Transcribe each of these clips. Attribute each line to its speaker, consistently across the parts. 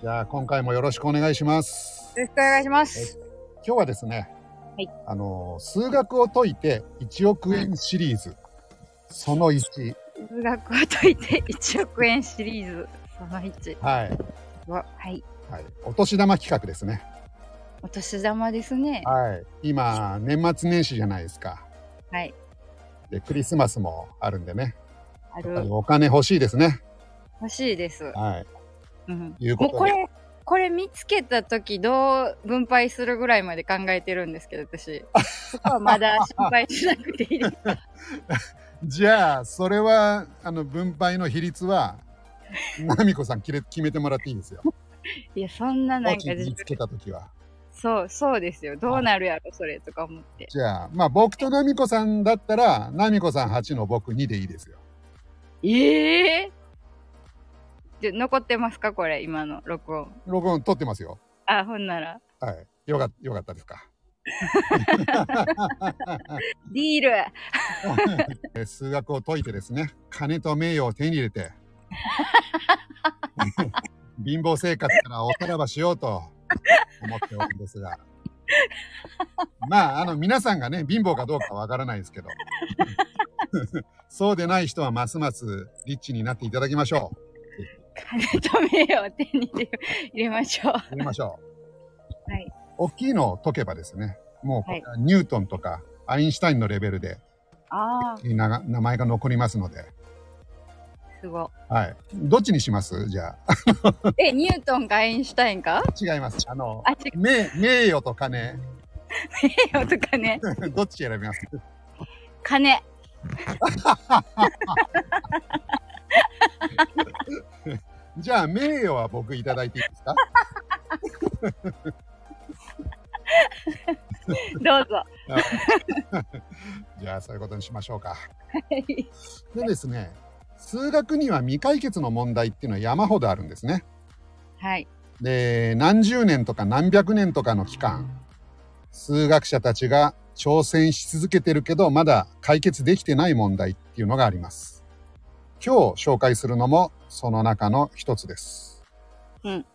Speaker 1: じゃあ今回もよろしくお願いします。
Speaker 2: よろしくお願いします。
Speaker 1: 今日はですね、
Speaker 2: はい
Speaker 1: あの数学を解いて1億円シリーズ、その1、
Speaker 2: 数学を解いて1億円シリーズ、その1
Speaker 1: はい、
Speaker 2: は、はい。
Speaker 1: はい、お年玉企画ですね。
Speaker 2: お年玉ですね。
Speaker 1: はい、今年末年始じゃないですか。
Speaker 2: はい。
Speaker 1: でクリスマスもあるんでね、
Speaker 2: あ
Speaker 1: やっぱり
Speaker 2: る。
Speaker 1: お金欲しいですね。
Speaker 2: 欲しいです。
Speaker 1: はい、
Speaker 2: うん。
Speaker 1: いう
Speaker 2: も
Speaker 1: こ
Speaker 2: う
Speaker 1: と
Speaker 2: こ
Speaker 1: で、
Speaker 2: れ、これ見つけた時どう分配するぐらいまで考えてるんですけど、 私。そこはまだ心配しなくていいです。
Speaker 1: じゃあそれはあの分配の比 率は。ナミコさん決め決めてもらっていいですよ。
Speaker 2: いや、そんななん
Speaker 1: も
Speaker 2: か
Speaker 1: し
Speaker 2: 自分
Speaker 1: 見つ、けたときは。
Speaker 2: そう、そうですよ。どうなるやろ、それとか思って。
Speaker 1: じゃあ、まあ僕とナミコさんだったら、ナミコさん8の僕2でいいですよ。
Speaker 2: ええで残ってますかこれ、今の録音。
Speaker 1: 録音撮ってますよ。
Speaker 2: あ、ほんなら。
Speaker 1: はい。よかよかったですか。
Speaker 2: ディール
Speaker 1: え数学を解いてですね、金と名誉を手に入れて、貧乏生活からおさらばしようと思っておるんですが、まあ、あの、皆さんがね、貧乏かどうかわからないですけど、 そうでない人はますますリッチになっていただきましょう。
Speaker 2: 金と名誉を手に入れ入れましょう。
Speaker 1: やりましょう。
Speaker 2: はい。
Speaker 1: 大きいのを解けばですね、もうこれはニュートンとかアインシュタインのレベルで
Speaker 2: ああ、
Speaker 1: なが名前が残りますので、
Speaker 2: すご
Speaker 1: はい。どっちにしますじゃあ。
Speaker 2: い。え、ニュートンかアインシュタインか
Speaker 1: 違います。あの、
Speaker 2: あ、違
Speaker 1: 名名誉と金、
Speaker 2: うよとかね。
Speaker 1: どっち選びます
Speaker 2: 金。
Speaker 1: じゃあ、名誉は僕いただいていいですか
Speaker 2: どうぞ。
Speaker 1: じゃあ、そういうことにしましょうか。
Speaker 2: はい
Speaker 1: でですね、数学には未解決の問題っていうのは山ほどあるんですね。
Speaker 2: はい。
Speaker 1: で何十年とか何百年とかの期間数学者たちが挑戦し続けてるけどまだ解決できてない問題っていうのがあります今日紹介するのもその中の一つです、
Speaker 2: うん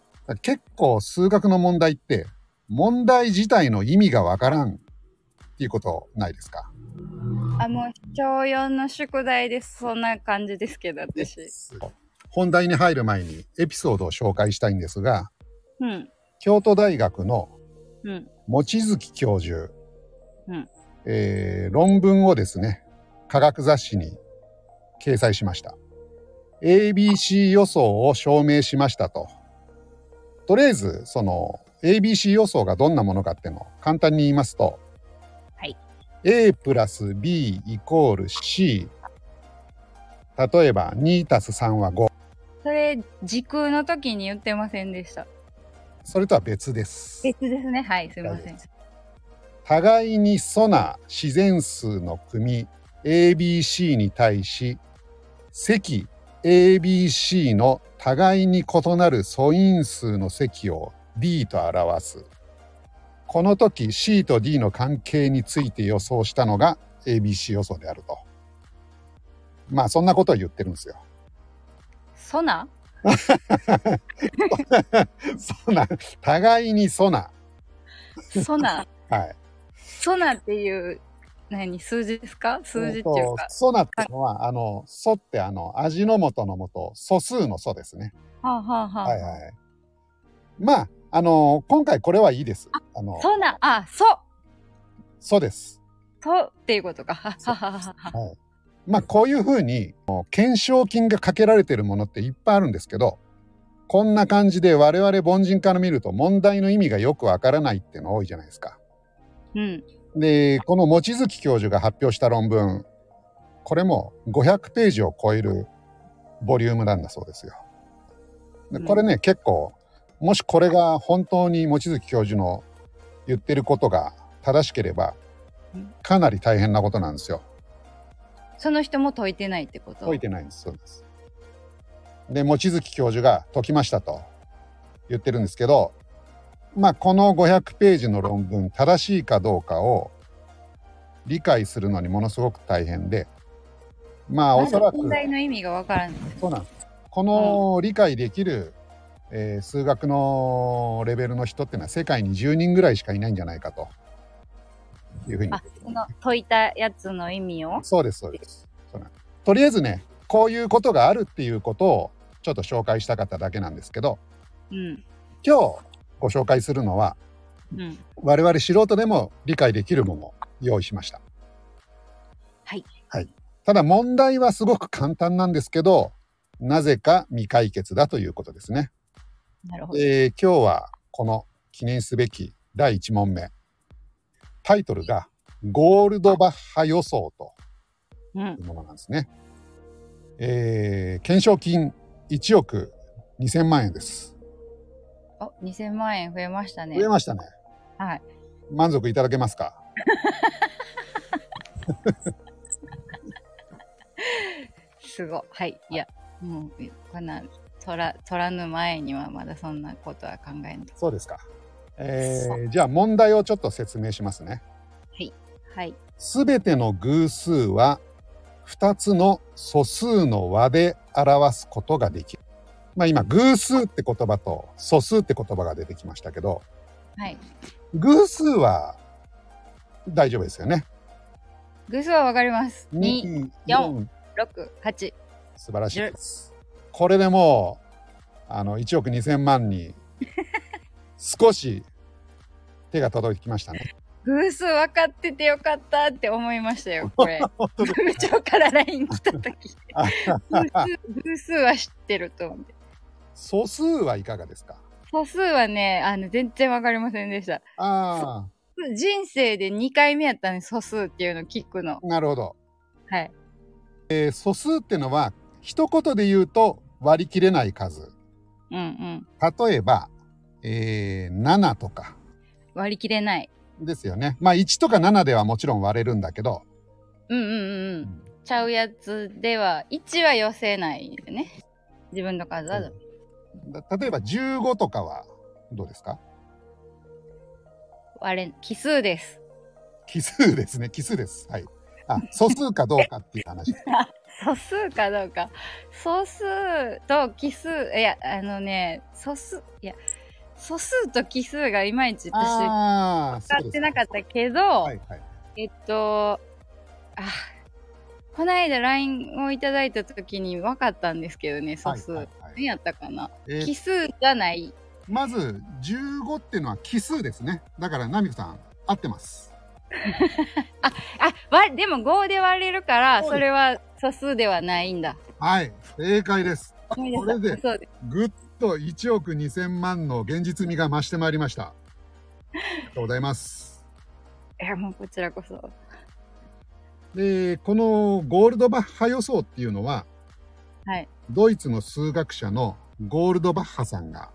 Speaker 1: 結構数学の問題って問題自体の意味がわからんっていうことないですか
Speaker 2: あ、もう、小4の宿題です。そんな感じですけど、私。
Speaker 1: 本題に入る前にエピソードを紹介したいんですが
Speaker 2: うん。
Speaker 1: 京都大学の
Speaker 2: うん。
Speaker 1: 望月教授、
Speaker 2: うん
Speaker 1: えー論文をですね科学雑誌に掲載しました ABC 予想を証明しましたととりあえずその ABC 予想がどんなものかっていうのを簡単に言いますと、
Speaker 2: はい、
Speaker 1: A プラス B イコール C 例えば2たす3は5
Speaker 2: それ、時空の時に言ってませんでした。
Speaker 1: それとは別です
Speaker 2: 別ですね。はい、すいませ
Speaker 1: 大
Speaker 2: ん。
Speaker 1: 互いに素な自然数の組 ABC に対し積 ABC の互いに異なる素因数の積を D と表すこの時 C と D の関係について予想したのが ABC 予想であるとまあそんなことを言ってるんです よ。
Speaker 2: ソナ
Speaker 1: 素な互いに素な、
Speaker 2: ソナ
Speaker 1: はい、
Speaker 2: ソナっていう、何、数字ですか数字ってい
Speaker 1: え
Speaker 2: う
Speaker 1: っと
Speaker 2: か。
Speaker 1: 素なってのはあの素ってあの味の素の素素数の素ですね。
Speaker 2: はあ、はあはあ、
Speaker 1: はいはい。まあ、あの今回これはいいです。あの、
Speaker 2: ソナ、あ、ソ
Speaker 1: そうです。
Speaker 2: とっていうことか。は
Speaker 1: そう
Speaker 2: はははは
Speaker 1: はい。まあ、こういうふうに、懸賞金がかけられてるものっていっぱいあるんですけど、こんな感じで我々凡人から見ると問題の意味がよくわからないっていうの多いじゃないですか。
Speaker 2: うん。
Speaker 1: で、この望月教授が発表した論文、これも500ページを超えるボリュームなんだそうですよ。でこれね、結構、もしこれが本当に望月教授の言ってることが正しければ
Speaker 2: うん、
Speaker 1: かなり大変なことなんですよ。
Speaker 2: その人も解いてないってこと
Speaker 1: 解いてないんです。そうです。で、望月教授が解きましたと言ってるんですけど、まあ、この500ページの論文、正しいかどうかを理解するのにものすごく大変で、まあ、おそらく、
Speaker 2: 問題の意味がわからない。
Speaker 1: そうなんです。この理解できるえー数学のレベルの人っていうのは世界に10人ぐらいしかいないんじゃないかというふうに
Speaker 2: あ、その解いたやつの意味を。
Speaker 1: そうですそうですそうなんとりあえずねこういうことがあるっていうことをちょっと紹介したかっただけなんですけど
Speaker 2: うん。
Speaker 1: 今日ご紹介するのは
Speaker 2: うん。
Speaker 1: 我々素人でも理解できるものを用意しました
Speaker 2: はい、
Speaker 1: はい、ただ問題はすごく簡単なんですけどなぜか未解決だということですね、
Speaker 2: なるほど。
Speaker 1: えー今日はこの記念すべき第1問目タイトルが「ゴールドバッハ予想」と
Speaker 2: うん
Speaker 1: い。うものなんですね、えー懸賞金1億2000万円です
Speaker 2: お、2000万円増えましたね
Speaker 1: 増え。ましたね
Speaker 2: はい。
Speaker 1: 満足いただけますか
Speaker 2: すごい。はい。いや、もう、こんな、取ら、取らぬ前にはまだそんなことは考えない。
Speaker 1: そうですか。え
Speaker 2: そ
Speaker 1: ー、じゃあ問題をちょっと説明しますね。
Speaker 2: はい。
Speaker 1: すべての偶数は2つの素数の和で表すことができる。まあ今偶数って言葉と素数って言葉が出てきましたけど、
Speaker 2: はい。
Speaker 1: 偶数は大丈夫ですよね。
Speaker 2: 偶数はわかります。2、
Speaker 1: に
Speaker 2: 四6、8。
Speaker 1: 素晴らしいです。これでもうあの1億2000万に少し手が届きましたね。
Speaker 2: 偶数分かっててよかったって思いました よ、これ。部長から LINE 来た時偶数偶数は知ってると思って。
Speaker 1: 素数はいかがですか
Speaker 2: 素数はね、あの、全然わかりませんでした。
Speaker 1: あ
Speaker 2: 人生で2回目やったね、素数っていうの聞くの。
Speaker 1: あ、なるほど。
Speaker 2: はい。
Speaker 1: えー素数ってのは一言で言うと割り切れない数。
Speaker 2: うんうん。
Speaker 1: 例えば、えー7とか
Speaker 2: 割り切れない。
Speaker 1: ですよね。まあ1とか7ではもちろん割れるんだけど、
Speaker 2: うんうんうんう。
Speaker 1: うんん
Speaker 2: ちゃうやつでは、1は寄せないよね。自分の数は。
Speaker 1: だ例えば15とかはどうですか
Speaker 2: 割れ、奇数です。
Speaker 1: 奇数ですね。奇数です。はい。あ、素数かどうかっていう話。
Speaker 2: 素数かどうか素数と奇数いやあのね素数いや素数と奇数がいまいち私使
Speaker 1: ああ、そう
Speaker 2: っ
Speaker 1: です
Speaker 2: てなかったけど、
Speaker 1: はいはい。
Speaker 2: えっとあこの間 LINE をいただいた時に分かったんですけどね素数、
Speaker 1: はいはいはい
Speaker 2: 何やったかな
Speaker 1: えー
Speaker 2: 奇数じゃない
Speaker 1: まず15っていうのは奇数ですね。だからナミコさん合ってます。
Speaker 2: あわでも5で割れるから
Speaker 1: そ
Speaker 2: そ
Speaker 1: うです
Speaker 2: れは素数ではないんだ
Speaker 1: はい、正解です。
Speaker 2: 思い
Speaker 1: これ
Speaker 2: 出したそ
Speaker 1: で
Speaker 2: うです
Speaker 1: ぐっと1億2000万の現実味が増してまいりました。ありがとうございます。
Speaker 2: いやもうこちらこそ
Speaker 1: で、このゴールドバッハ予想っていうのは、
Speaker 2: はい
Speaker 1: ドイツの数学者のゴールドバッハさんが、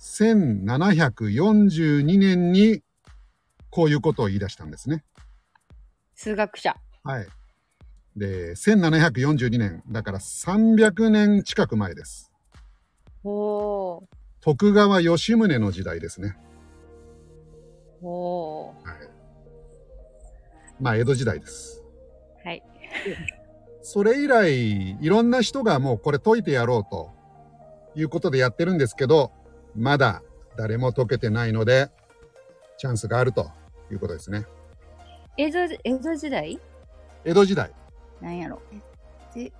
Speaker 1: 1742年にこういうことを言い出したんですね。
Speaker 2: 数学者
Speaker 1: はい。で、1742年、だから300年近く前です。
Speaker 2: おお
Speaker 1: 徳川吉宗の時代ですね。
Speaker 2: ーおー
Speaker 1: まあ、江戸時代です。
Speaker 2: はい
Speaker 1: それ以来、いろんな人がもうこれ解いてやろうということでやってるんですけど、まだ誰も解けてないので、チャンスがあるということですね。
Speaker 2: 江戸江戸時代
Speaker 1: 江戸時代。
Speaker 2: なんやろじ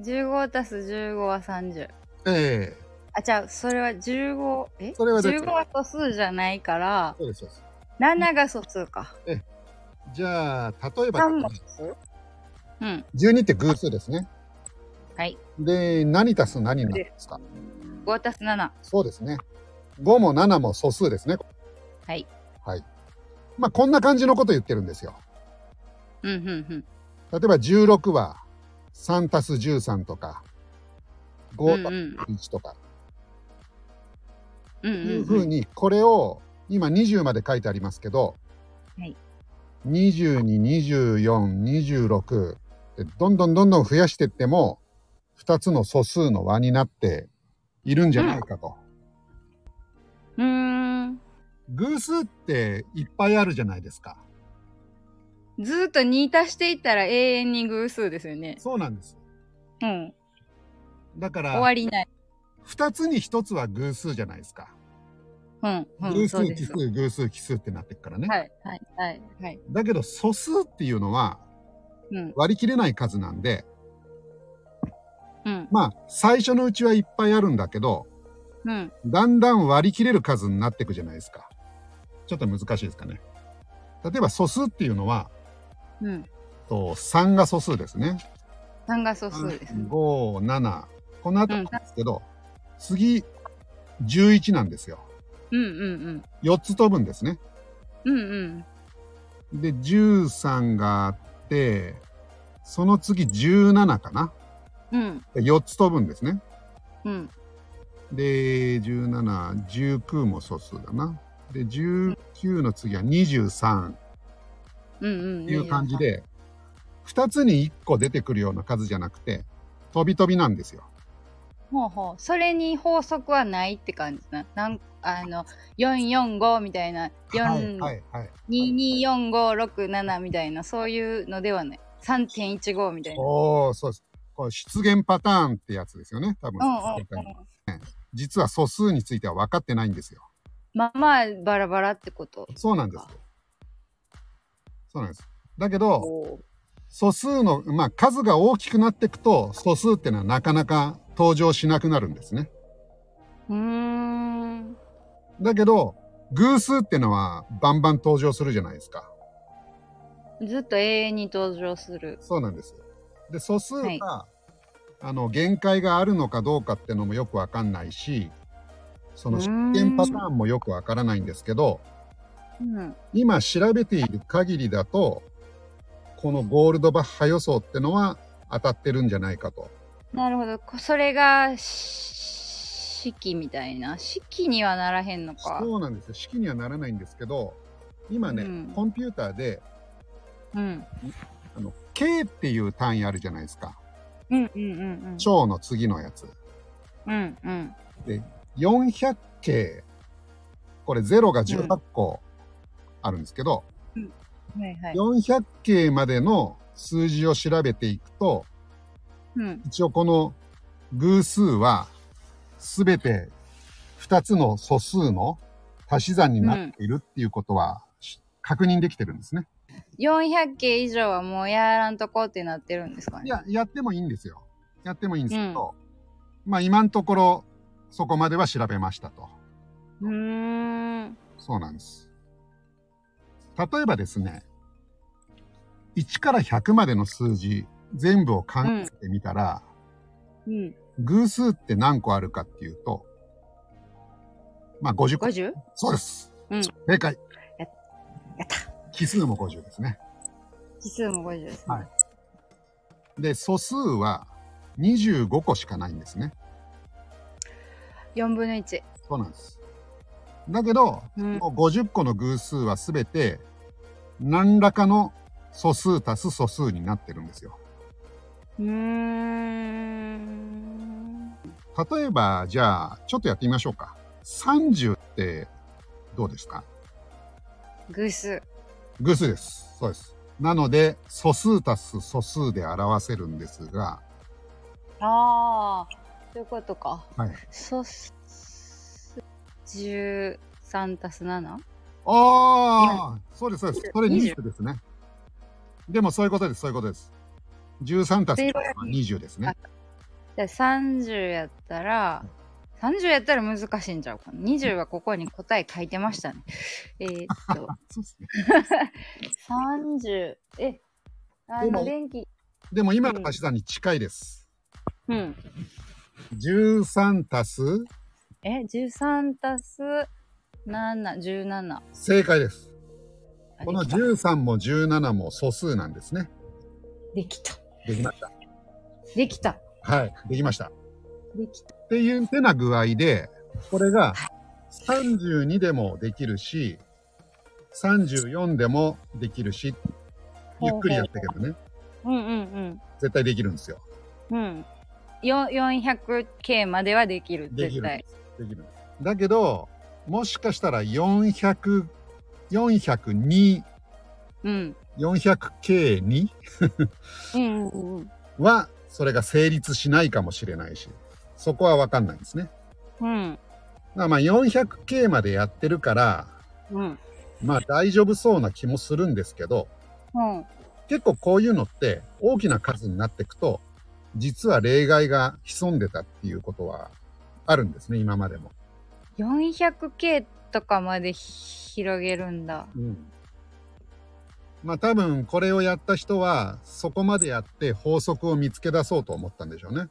Speaker 2: 15たす15は30
Speaker 1: ええ
Speaker 2: あじゃあそれは15え
Speaker 1: それはどっち
Speaker 2: 15は素数じゃないから
Speaker 1: そうです、そうです。
Speaker 2: 7が素数か
Speaker 1: じゃあ、例えば、
Speaker 2: 3も素数うん
Speaker 1: 12って偶数ですね。
Speaker 2: はい
Speaker 1: で、何足す何になるんですか
Speaker 2: 5たす7
Speaker 1: そうですね。5も7も素数ですね。
Speaker 2: はい
Speaker 1: はい。まあ、こんな感じのこと言ってるんですよ。
Speaker 2: うんうんうん
Speaker 1: 例えば16は3たす13とか、
Speaker 2: うん
Speaker 1: 5
Speaker 2: う
Speaker 1: た
Speaker 2: ん
Speaker 1: す1とか、
Speaker 2: うん
Speaker 1: いう
Speaker 2: う
Speaker 1: ふうんに、これを今20まで書いてありますけど、
Speaker 2: はい
Speaker 1: 22、24、26ってどんどんどんどん増やしていっても、2つの素数の和になっているんじゃないかと。
Speaker 2: うーん
Speaker 1: 偶数っていっぱいあるじゃないですか。
Speaker 2: ずーっと2足していったら永遠に偶数ですよね
Speaker 1: そうなんです。
Speaker 2: うん
Speaker 1: だから、
Speaker 2: 終わりない
Speaker 1: 二つに一つは偶数じゃないですか。
Speaker 2: うん、う
Speaker 1: 偶
Speaker 2: ん、そう
Speaker 1: 数、
Speaker 2: で
Speaker 1: 奇
Speaker 2: す。
Speaker 1: 数、偶数、奇数ってなってくからね。
Speaker 2: はい、はい、はい、はい。
Speaker 1: だけど素数っていうのは
Speaker 2: うん、
Speaker 1: 割り切れない数なんで、
Speaker 2: うん、
Speaker 1: まあ最初のうちはいっぱいあるんだけど、
Speaker 2: うん。
Speaker 1: だんだん割り切れる数になっていくじゃないですか。ちょっと難しいですかね。例えば素数っていうのは、
Speaker 2: うん。
Speaker 1: と3が素数ですね。
Speaker 2: 三が素数ですね。
Speaker 1: 5、7。この後なんですけど、次、11なんですよ。
Speaker 2: うん、うん、
Speaker 1: 4つ飛ぶんですね。
Speaker 2: うん。うん、うん。
Speaker 1: で、13があって、その次17かな。
Speaker 2: うん、
Speaker 1: 4つ飛ぶんですね。
Speaker 2: うん、
Speaker 1: で、17、19も素数だな。で、19の次は23っ
Speaker 2: うん、うん。
Speaker 1: ていう感じ。で、2つに1個出てくるような数じゃなくて、飛び飛びなんですよ。
Speaker 2: ほうほう。それに法則はないって感じな。なんあの、445みたいな、
Speaker 1: はい、
Speaker 2: 4、
Speaker 1: はい、はい。
Speaker 2: 224567みたいな、そういうのではない。3.15みたいな。
Speaker 1: おお、そうです。これ出現パターンってやつですよね。多分、
Speaker 2: うんうんうん
Speaker 1: 実は素数については分かってないんですよ。
Speaker 2: まあまあ、バラバラってこと。
Speaker 1: そうなんですよ。そうなんです。だけど、
Speaker 2: おー
Speaker 1: 素数の、まあ、数が大きくなっていくと、素数ってのはなかなか登場しなくなるんですね。
Speaker 2: うーん。
Speaker 1: だけど、偶数ってのはバンバン登場するじゃないですか。
Speaker 2: ずっと永遠に登場する。
Speaker 1: そうなんですよ。で、素数が、
Speaker 2: はい
Speaker 1: あの、限界があるのかどうかってのもよくわかんないし、その
Speaker 2: う
Speaker 1: 出
Speaker 2: ーん
Speaker 1: 現パターンもよくわからないんですけど、
Speaker 2: うん。
Speaker 1: 今調べている限りだと、このゴールドバッハ予想ってのは当たってるんじゃないかと。
Speaker 2: なるほど。こそれが、し式みたいな。式にはならへんのか。
Speaker 1: そうなんですよ。式にはならないんですけど、今ね、
Speaker 2: うん
Speaker 1: コンピューターで、
Speaker 2: うん。
Speaker 1: あの、K っていう単位あるじゃないですか。
Speaker 2: うんうんうん
Speaker 1: 超の次のやつ。
Speaker 2: うん。うんうん。
Speaker 1: 400形。これ0が18個あるんですけど、
Speaker 2: はいはい。
Speaker 1: 400形までの数字を調べていくと、
Speaker 2: うん。
Speaker 1: 一応この偶数はすべて2つの素数の足し算になっているっていうことはし確認できてるんですね。
Speaker 2: 400件以上はもうやらんとこってなってるんですかね。
Speaker 1: いや、やってもいいんですよ。やってもいいんですけど、まあ今のところそこまでは調べましたと。
Speaker 2: うーん。
Speaker 1: そうなんです。例えばですね、1から100までの数字全部を考えてみたら、
Speaker 2: うん。
Speaker 1: 偶数って何個あるかっていうと、まあ50個。
Speaker 2: 50?
Speaker 1: そうです。
Speaker 2: うん
Speaker 1: 正解。
Speaker 2: やった。
Speaker 1: 奇数も50ですね。
Speaker 2: 奇数も50ですね。
Speaker 1: はいで、素数は25個しかないんですね。
Speaker 2: 4分の1。
Speaker 1: そうなんです。だけど、
Speaker 2: うん。
Speaker 1: もう50個の偶数はすべて、何らかの素数足す素数になってるんですよ。
Speaker 2: うーん。
Speaker 1: 例えば、じゃあ、ちょっとやってみましょうか。30ってどうですか
Speaker 2: 偶数。
Speaker 1: 偶数です。そうです。なので、素数足す素数で表せるんですが、
Speaker 2: ああ。そういうことか。
Speaker 1: はい。
Speaker 2: そす、13足す 7?
Speaker 1: ああ、そうです、そうです。それ
Speaker 2: 20
Speaker 1: 20ですね。でもそういうことです、そういうことです。13たす
Speaker 2: で
Speaker 1: 20ですね。
Speaker 2: じゃあ30やったら、30やったら難しいんちゃうかな。20はここに答え書いてましたね。えーっ と、
Speaker 1: そうですね。
Speaker 2: 30、え、あ
Speaker 1: で
Speaker 2: の、
Speaker 1: も
Speaker 2: 電気、
Speaker 1: でも今の足し算に近いです。
Speaker 2: うん。
Speaker 1: 13たす、
Speaker 2: え、13足す7、17。あ
Speaker 1: 正解です。この
Speaker 2: できた
Speaker 1: 13も17も素数なんですね。
Speaker 2: できた。
Speaker 1: できました。
Speaker 2: できた。
Speaker 1: はい、できました。
Speaker 2: できた。
Speaker 1: っていう手な具合で、これが32でもできるし、34でもできるし、ゆっくりやったけどね、
Speaker 2: うんうん
Speaker 1: 絶対できるんですよ。
Speaker 2: うん。うん。よ 400K まではできる、
Speaker 1: で
Speaker 2: 絶
Speaker 1: きるん
Speaker 2: 対
Speaker 1: で。す。できるんです。だけど、もしかしたら400、402、
Speaker 2: うん。
Speaker 1: 400K2
Speaker 2: うんうんうん。
Speaker 1: は、それが成立しないかもしれないし、そこは分かんないんですね。
Speaker 2: うん。
Speaker 1: まあまあ 400K までやってるから、
Speaker 2: うん。
Speaker 1: まあ大丈夫そうな気もするんですけど、
Speaker 2: うん。
Speaker 1: 結構こういうのって大きな数になっていくと、実は例外が潜んでたっていうことはあるんですね、今までも。
Speaker 2: 400K とかまでひ広げるんだ。
Speaker 1: まあ多分これをやった人はそこまでやって法則を見つけ出そうと思ったんでしょうね。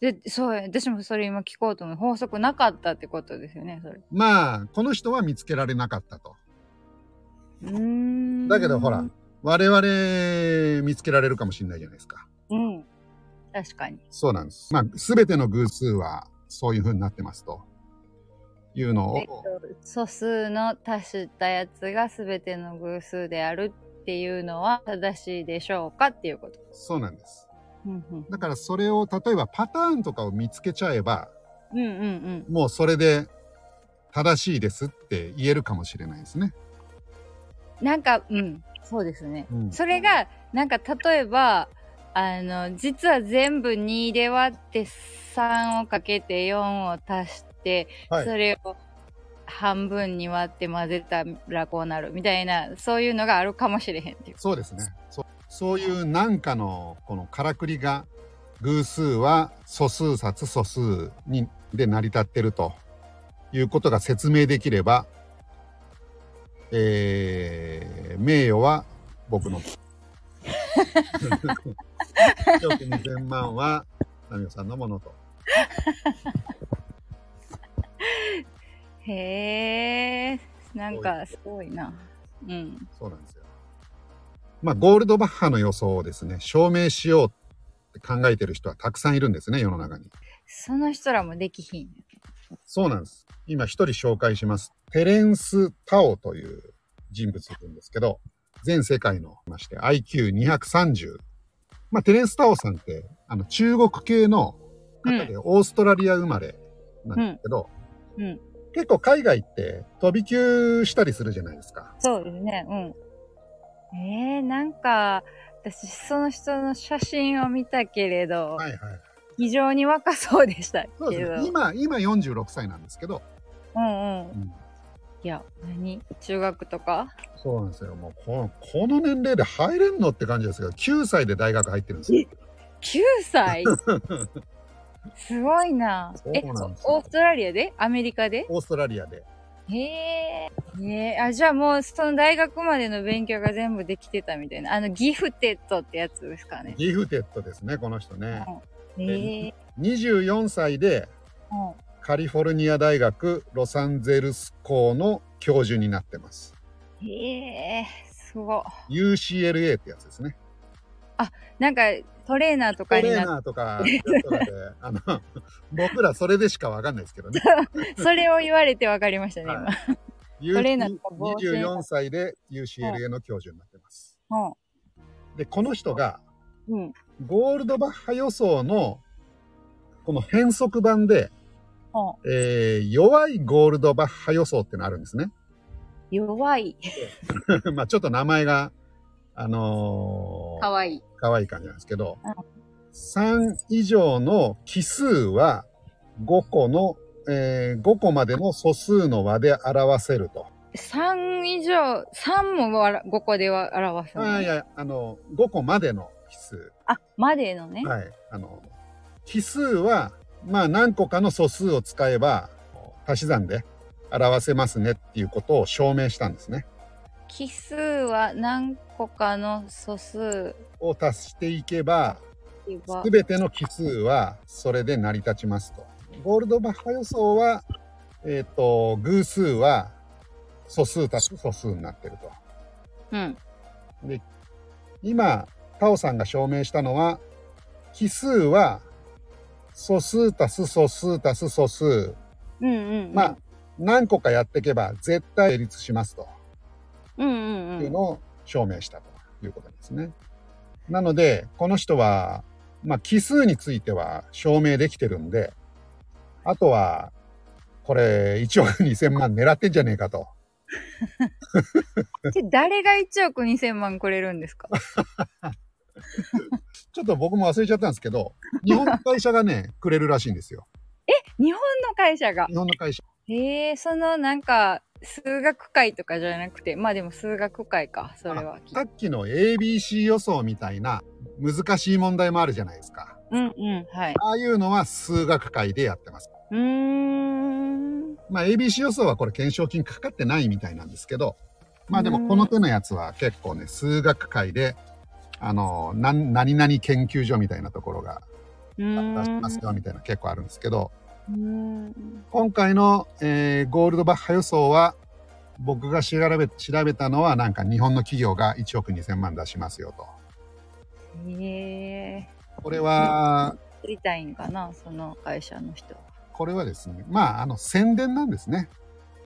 Speaker 2: で、そうや、私もそれ今聞こうと思う。法則なかったってことですよね、それ。
Speaker 1: まあこの人は見つけられなかったと。
Speaker 2: うーん。
Speaker 1: だけどほら、我々見つけられるかもしれないじゃないですか。
Speaker 2: うん。確かに。
Speaker 1: そうなんです。まあ全ての偶数はそういう風になってますというの
Speaker 2: えっ
Speaker 1: を、
Speaker 2: と、素数の足したやつが全ての偶数であるっていうのは正しいでしょうかっていうこと。
Speaker 1: そうなんです。
Speaker 2: うんうん
Speaker 1: だからそれを例えばパターンとかを見つけちゃえば、
Speaker 2: うんうん
Speaker 1: もうそれで正しいですって言えるかもしれないですね。
Speaker 2: うん。なんか、うん、そうですね。
Speaker 1: うん
Speaker 2: それが、なんか例えば、あの、実は全部2で割って3をかけて4を足して、
Speaker 1: はい
Speaker 2: それを半分に割って混ぜたらこうなるみたいな、そういうのがあるかもしれへんっていう。
Speaker 1: そうですね。そうそういうなんかのこのからくりが偶数は素数殺素数にで成り立ってるということが説明できれば、えー、名誉は僕の。1億2000万は奈美さんのものと。
Speaker 2: へえ、なんかすごいな。うん。
Speaker 1: そうなんですよ。まあ、ゴールドバッハの予想をですね、証明しようって考えてる人はたくさんいるんですね、世の中に。
Speaker 2: その人らもできひん。
Speaker 1: そうなんです。今一人紹介します。テレンス・タオという人物いるんですけど、全世界のまして IQ230。まあ、テレンス・タオさんって、あの、中国系の方で、オーストラリア生まれなんですけど、
Speaker 2: うんうん
Speaker 1: 結構海外って飛び級したりするじゃないですか。
Speaker 2: そうですね。うん。えー、なんか、私、その人の写真を見たけれど、
Speaker 1: はいはい。
Speaker 2: 非常に若そうでしたけど。
Speaker 1: そうですね。今、今46歳なんですけど、
Speaker 2: うんうん。
Speaker 1: うん
Speaker 2: いや、何中学とか
Speaker 1: そうなんですよ。もうこの、この年齢で入れんのって感じですけど、9歳で大学入ってるんですよ。
Speaker 2: ?9 歳すごいな。え、
Speaker 1: そうなんですよ
Speaker 2: オーストラリアでアメリカで
Speaker 1: オーストラリアで。
Speaker 2: へえ。ねえ、あ、じゃあもう、その大学までの勉強が全部できてたみたいな。あの、ギフテッドってやつですかね。
Speaker 1: ギフテッドですね、この人ね。
Speaker 2: へえ。
Speaker 1: 24歳で
Speaker 2: うん
Speaker 1: カリフォルニア大学ロサンゼルス校の教授になってます。
Speaker 2: へえ、すごい。
Speaker 1: UCLA ってやつですね。
Speaker 2: なんか、トレーナーと
Speaker 1: ト
Speaker 2: かに
Speaker 1: レー
Speaker 2: なっ
Speaker 1: ナーとかとかで、あの、僕らそれでしかわかんないですけどね。
Speaker 2: て、それを言われて分かりましたね、
Speaker 1: は
Speaker 2: 今。
Speaker 1: U-
Speaker 2: トレーナーとか帽子
Speaker 1: 24歳で UCLA の教授になってます。で、この人が
Speaker 2: うん。うん。
Speaker 1: ゴールドバッハ予想のこの変則版で、
Speaker 2: うん
Speaker 1: えー弱いゴールドバッハ予想ってのあるんですね。
Speaker 2: 弱い。
Speaker 1: まあちょっと名前が、あのー、
Speaker 2: わいい。
Speaker 1: 可愛い感じなんですけど
Speaker 2: うん、
Speaker 1: 3以上の奇数は5個の、え5個までの素数の和で表せると。
Speaker 2: 3以上、3もわら5個では表すの、
Speaker 1: あいや、あの、5個までの奇数。
Speaker 2: あ、までのね。
Speaker 1: はい。あの、奇数は、まあ何個かの素数を使えば、足し算で表せますねっていうことを証明したんですね。
Speaker 2: 奇数は何個かの素数
Speaker 1: を足していけば、
Speaker 2: っていうか
Speaker 1: すべての奇数はそれで成り立ちますと。ゴールドバッハ予想は、えっ、と、偶数は素数足す素数になってると。
Speaker 2: うん。
Speaker 1: で、今、タオさんが証明したのは、奇数は素数足す素数足す素数。
Speaker 2: うんうん、うん。
Speaker 1: まあ、何個かやっていけば絶対成立しますと
Speaker 2: うんうん。
Speaker 1: いううんのを証明したということですね。なので、この人は、まあ、奇数については証明できてるんで、あとは、これ、1億2000万狙ってんじゃねえかと。
Speaker 2: で誰が1億2000万くれるんですか
Speaker 1: ちょっと僕も忘れちゃったんですけど、日本の会社がね、くれるらしいんですよ。
Speaker 2: 日本の会社が
Speaker 1: 日本の会社。
Speaker 2: えー、そのなんか数学会とかじゃなくてまあでも数学会かそれは
Speaker 1: さっきの ABC 予想みたいな難しい問題もあるじゃないですか。
Speaker 2: うんうんはい
Speaker 1: ああいうのは数学会でやってます。
Speaker 2: うーん
Speaker 1: まあ ABC 予想はこれ懸賞金かかってないみたいなんですけど、まあでもこの手のやつは結構ね、数学会で、あの、なん何々研究所みたいなところが
Speaker 2: う
Speaker 1: 出し
Speaker 2: ーん
Speaker 1: ますよみたいな結構あるんですけど、
Speaker 2: うーん
Speaker 1: 今回の、えーゴールドバッハ予想は、僕が調べ調べたのはなんか日本の企業が1億2000万出しますよと。
Speaker 2: え
Speaker 1: これは、
Speaker 2: ー、作りたいんかなその会社の人は
Speaker 1: これはですね、まああの宣伝なんですね。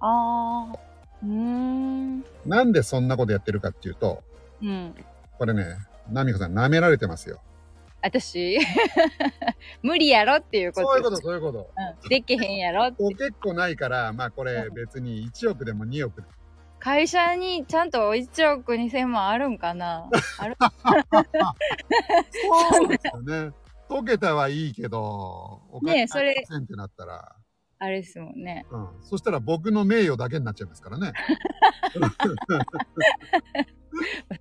Speaker 2: あーうーん
Speaker 1: なんでそんなことやってるかっていうと、
Speaker 2: うん
Speaker 1: これね、ナミコさん舐められてますよ。
Speaker 2: 私 無理やろっていうこと
Speaker 1: そういうこと、そういうこと。
Speaker 2: うんできへんやろって
Speaker 1: こう結構ないから、まあこれ別に1億でも2億でも
Speaker 2: 会社にちゃんと1億2000万あるんかなある
Speaker 1: そうですよね。溶けたはいいけど、お
Speaker 2: ね
Speaker 1: 金
Speaker 2: えそれ
Speaker 1: ありませんってなったら、
Speaker 2: あれですもんね
Speaker 1: うん、そしたら僕の名誉だけになっちゃいますからね。
Speaker 2: そ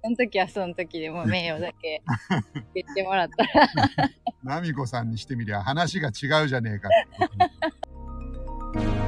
Speaker 2: の時はその時でもう名誉だ け言ってもらったら
Speaker 1: ナミコさんにしてみりゃ話が違うじゃねえかってことに。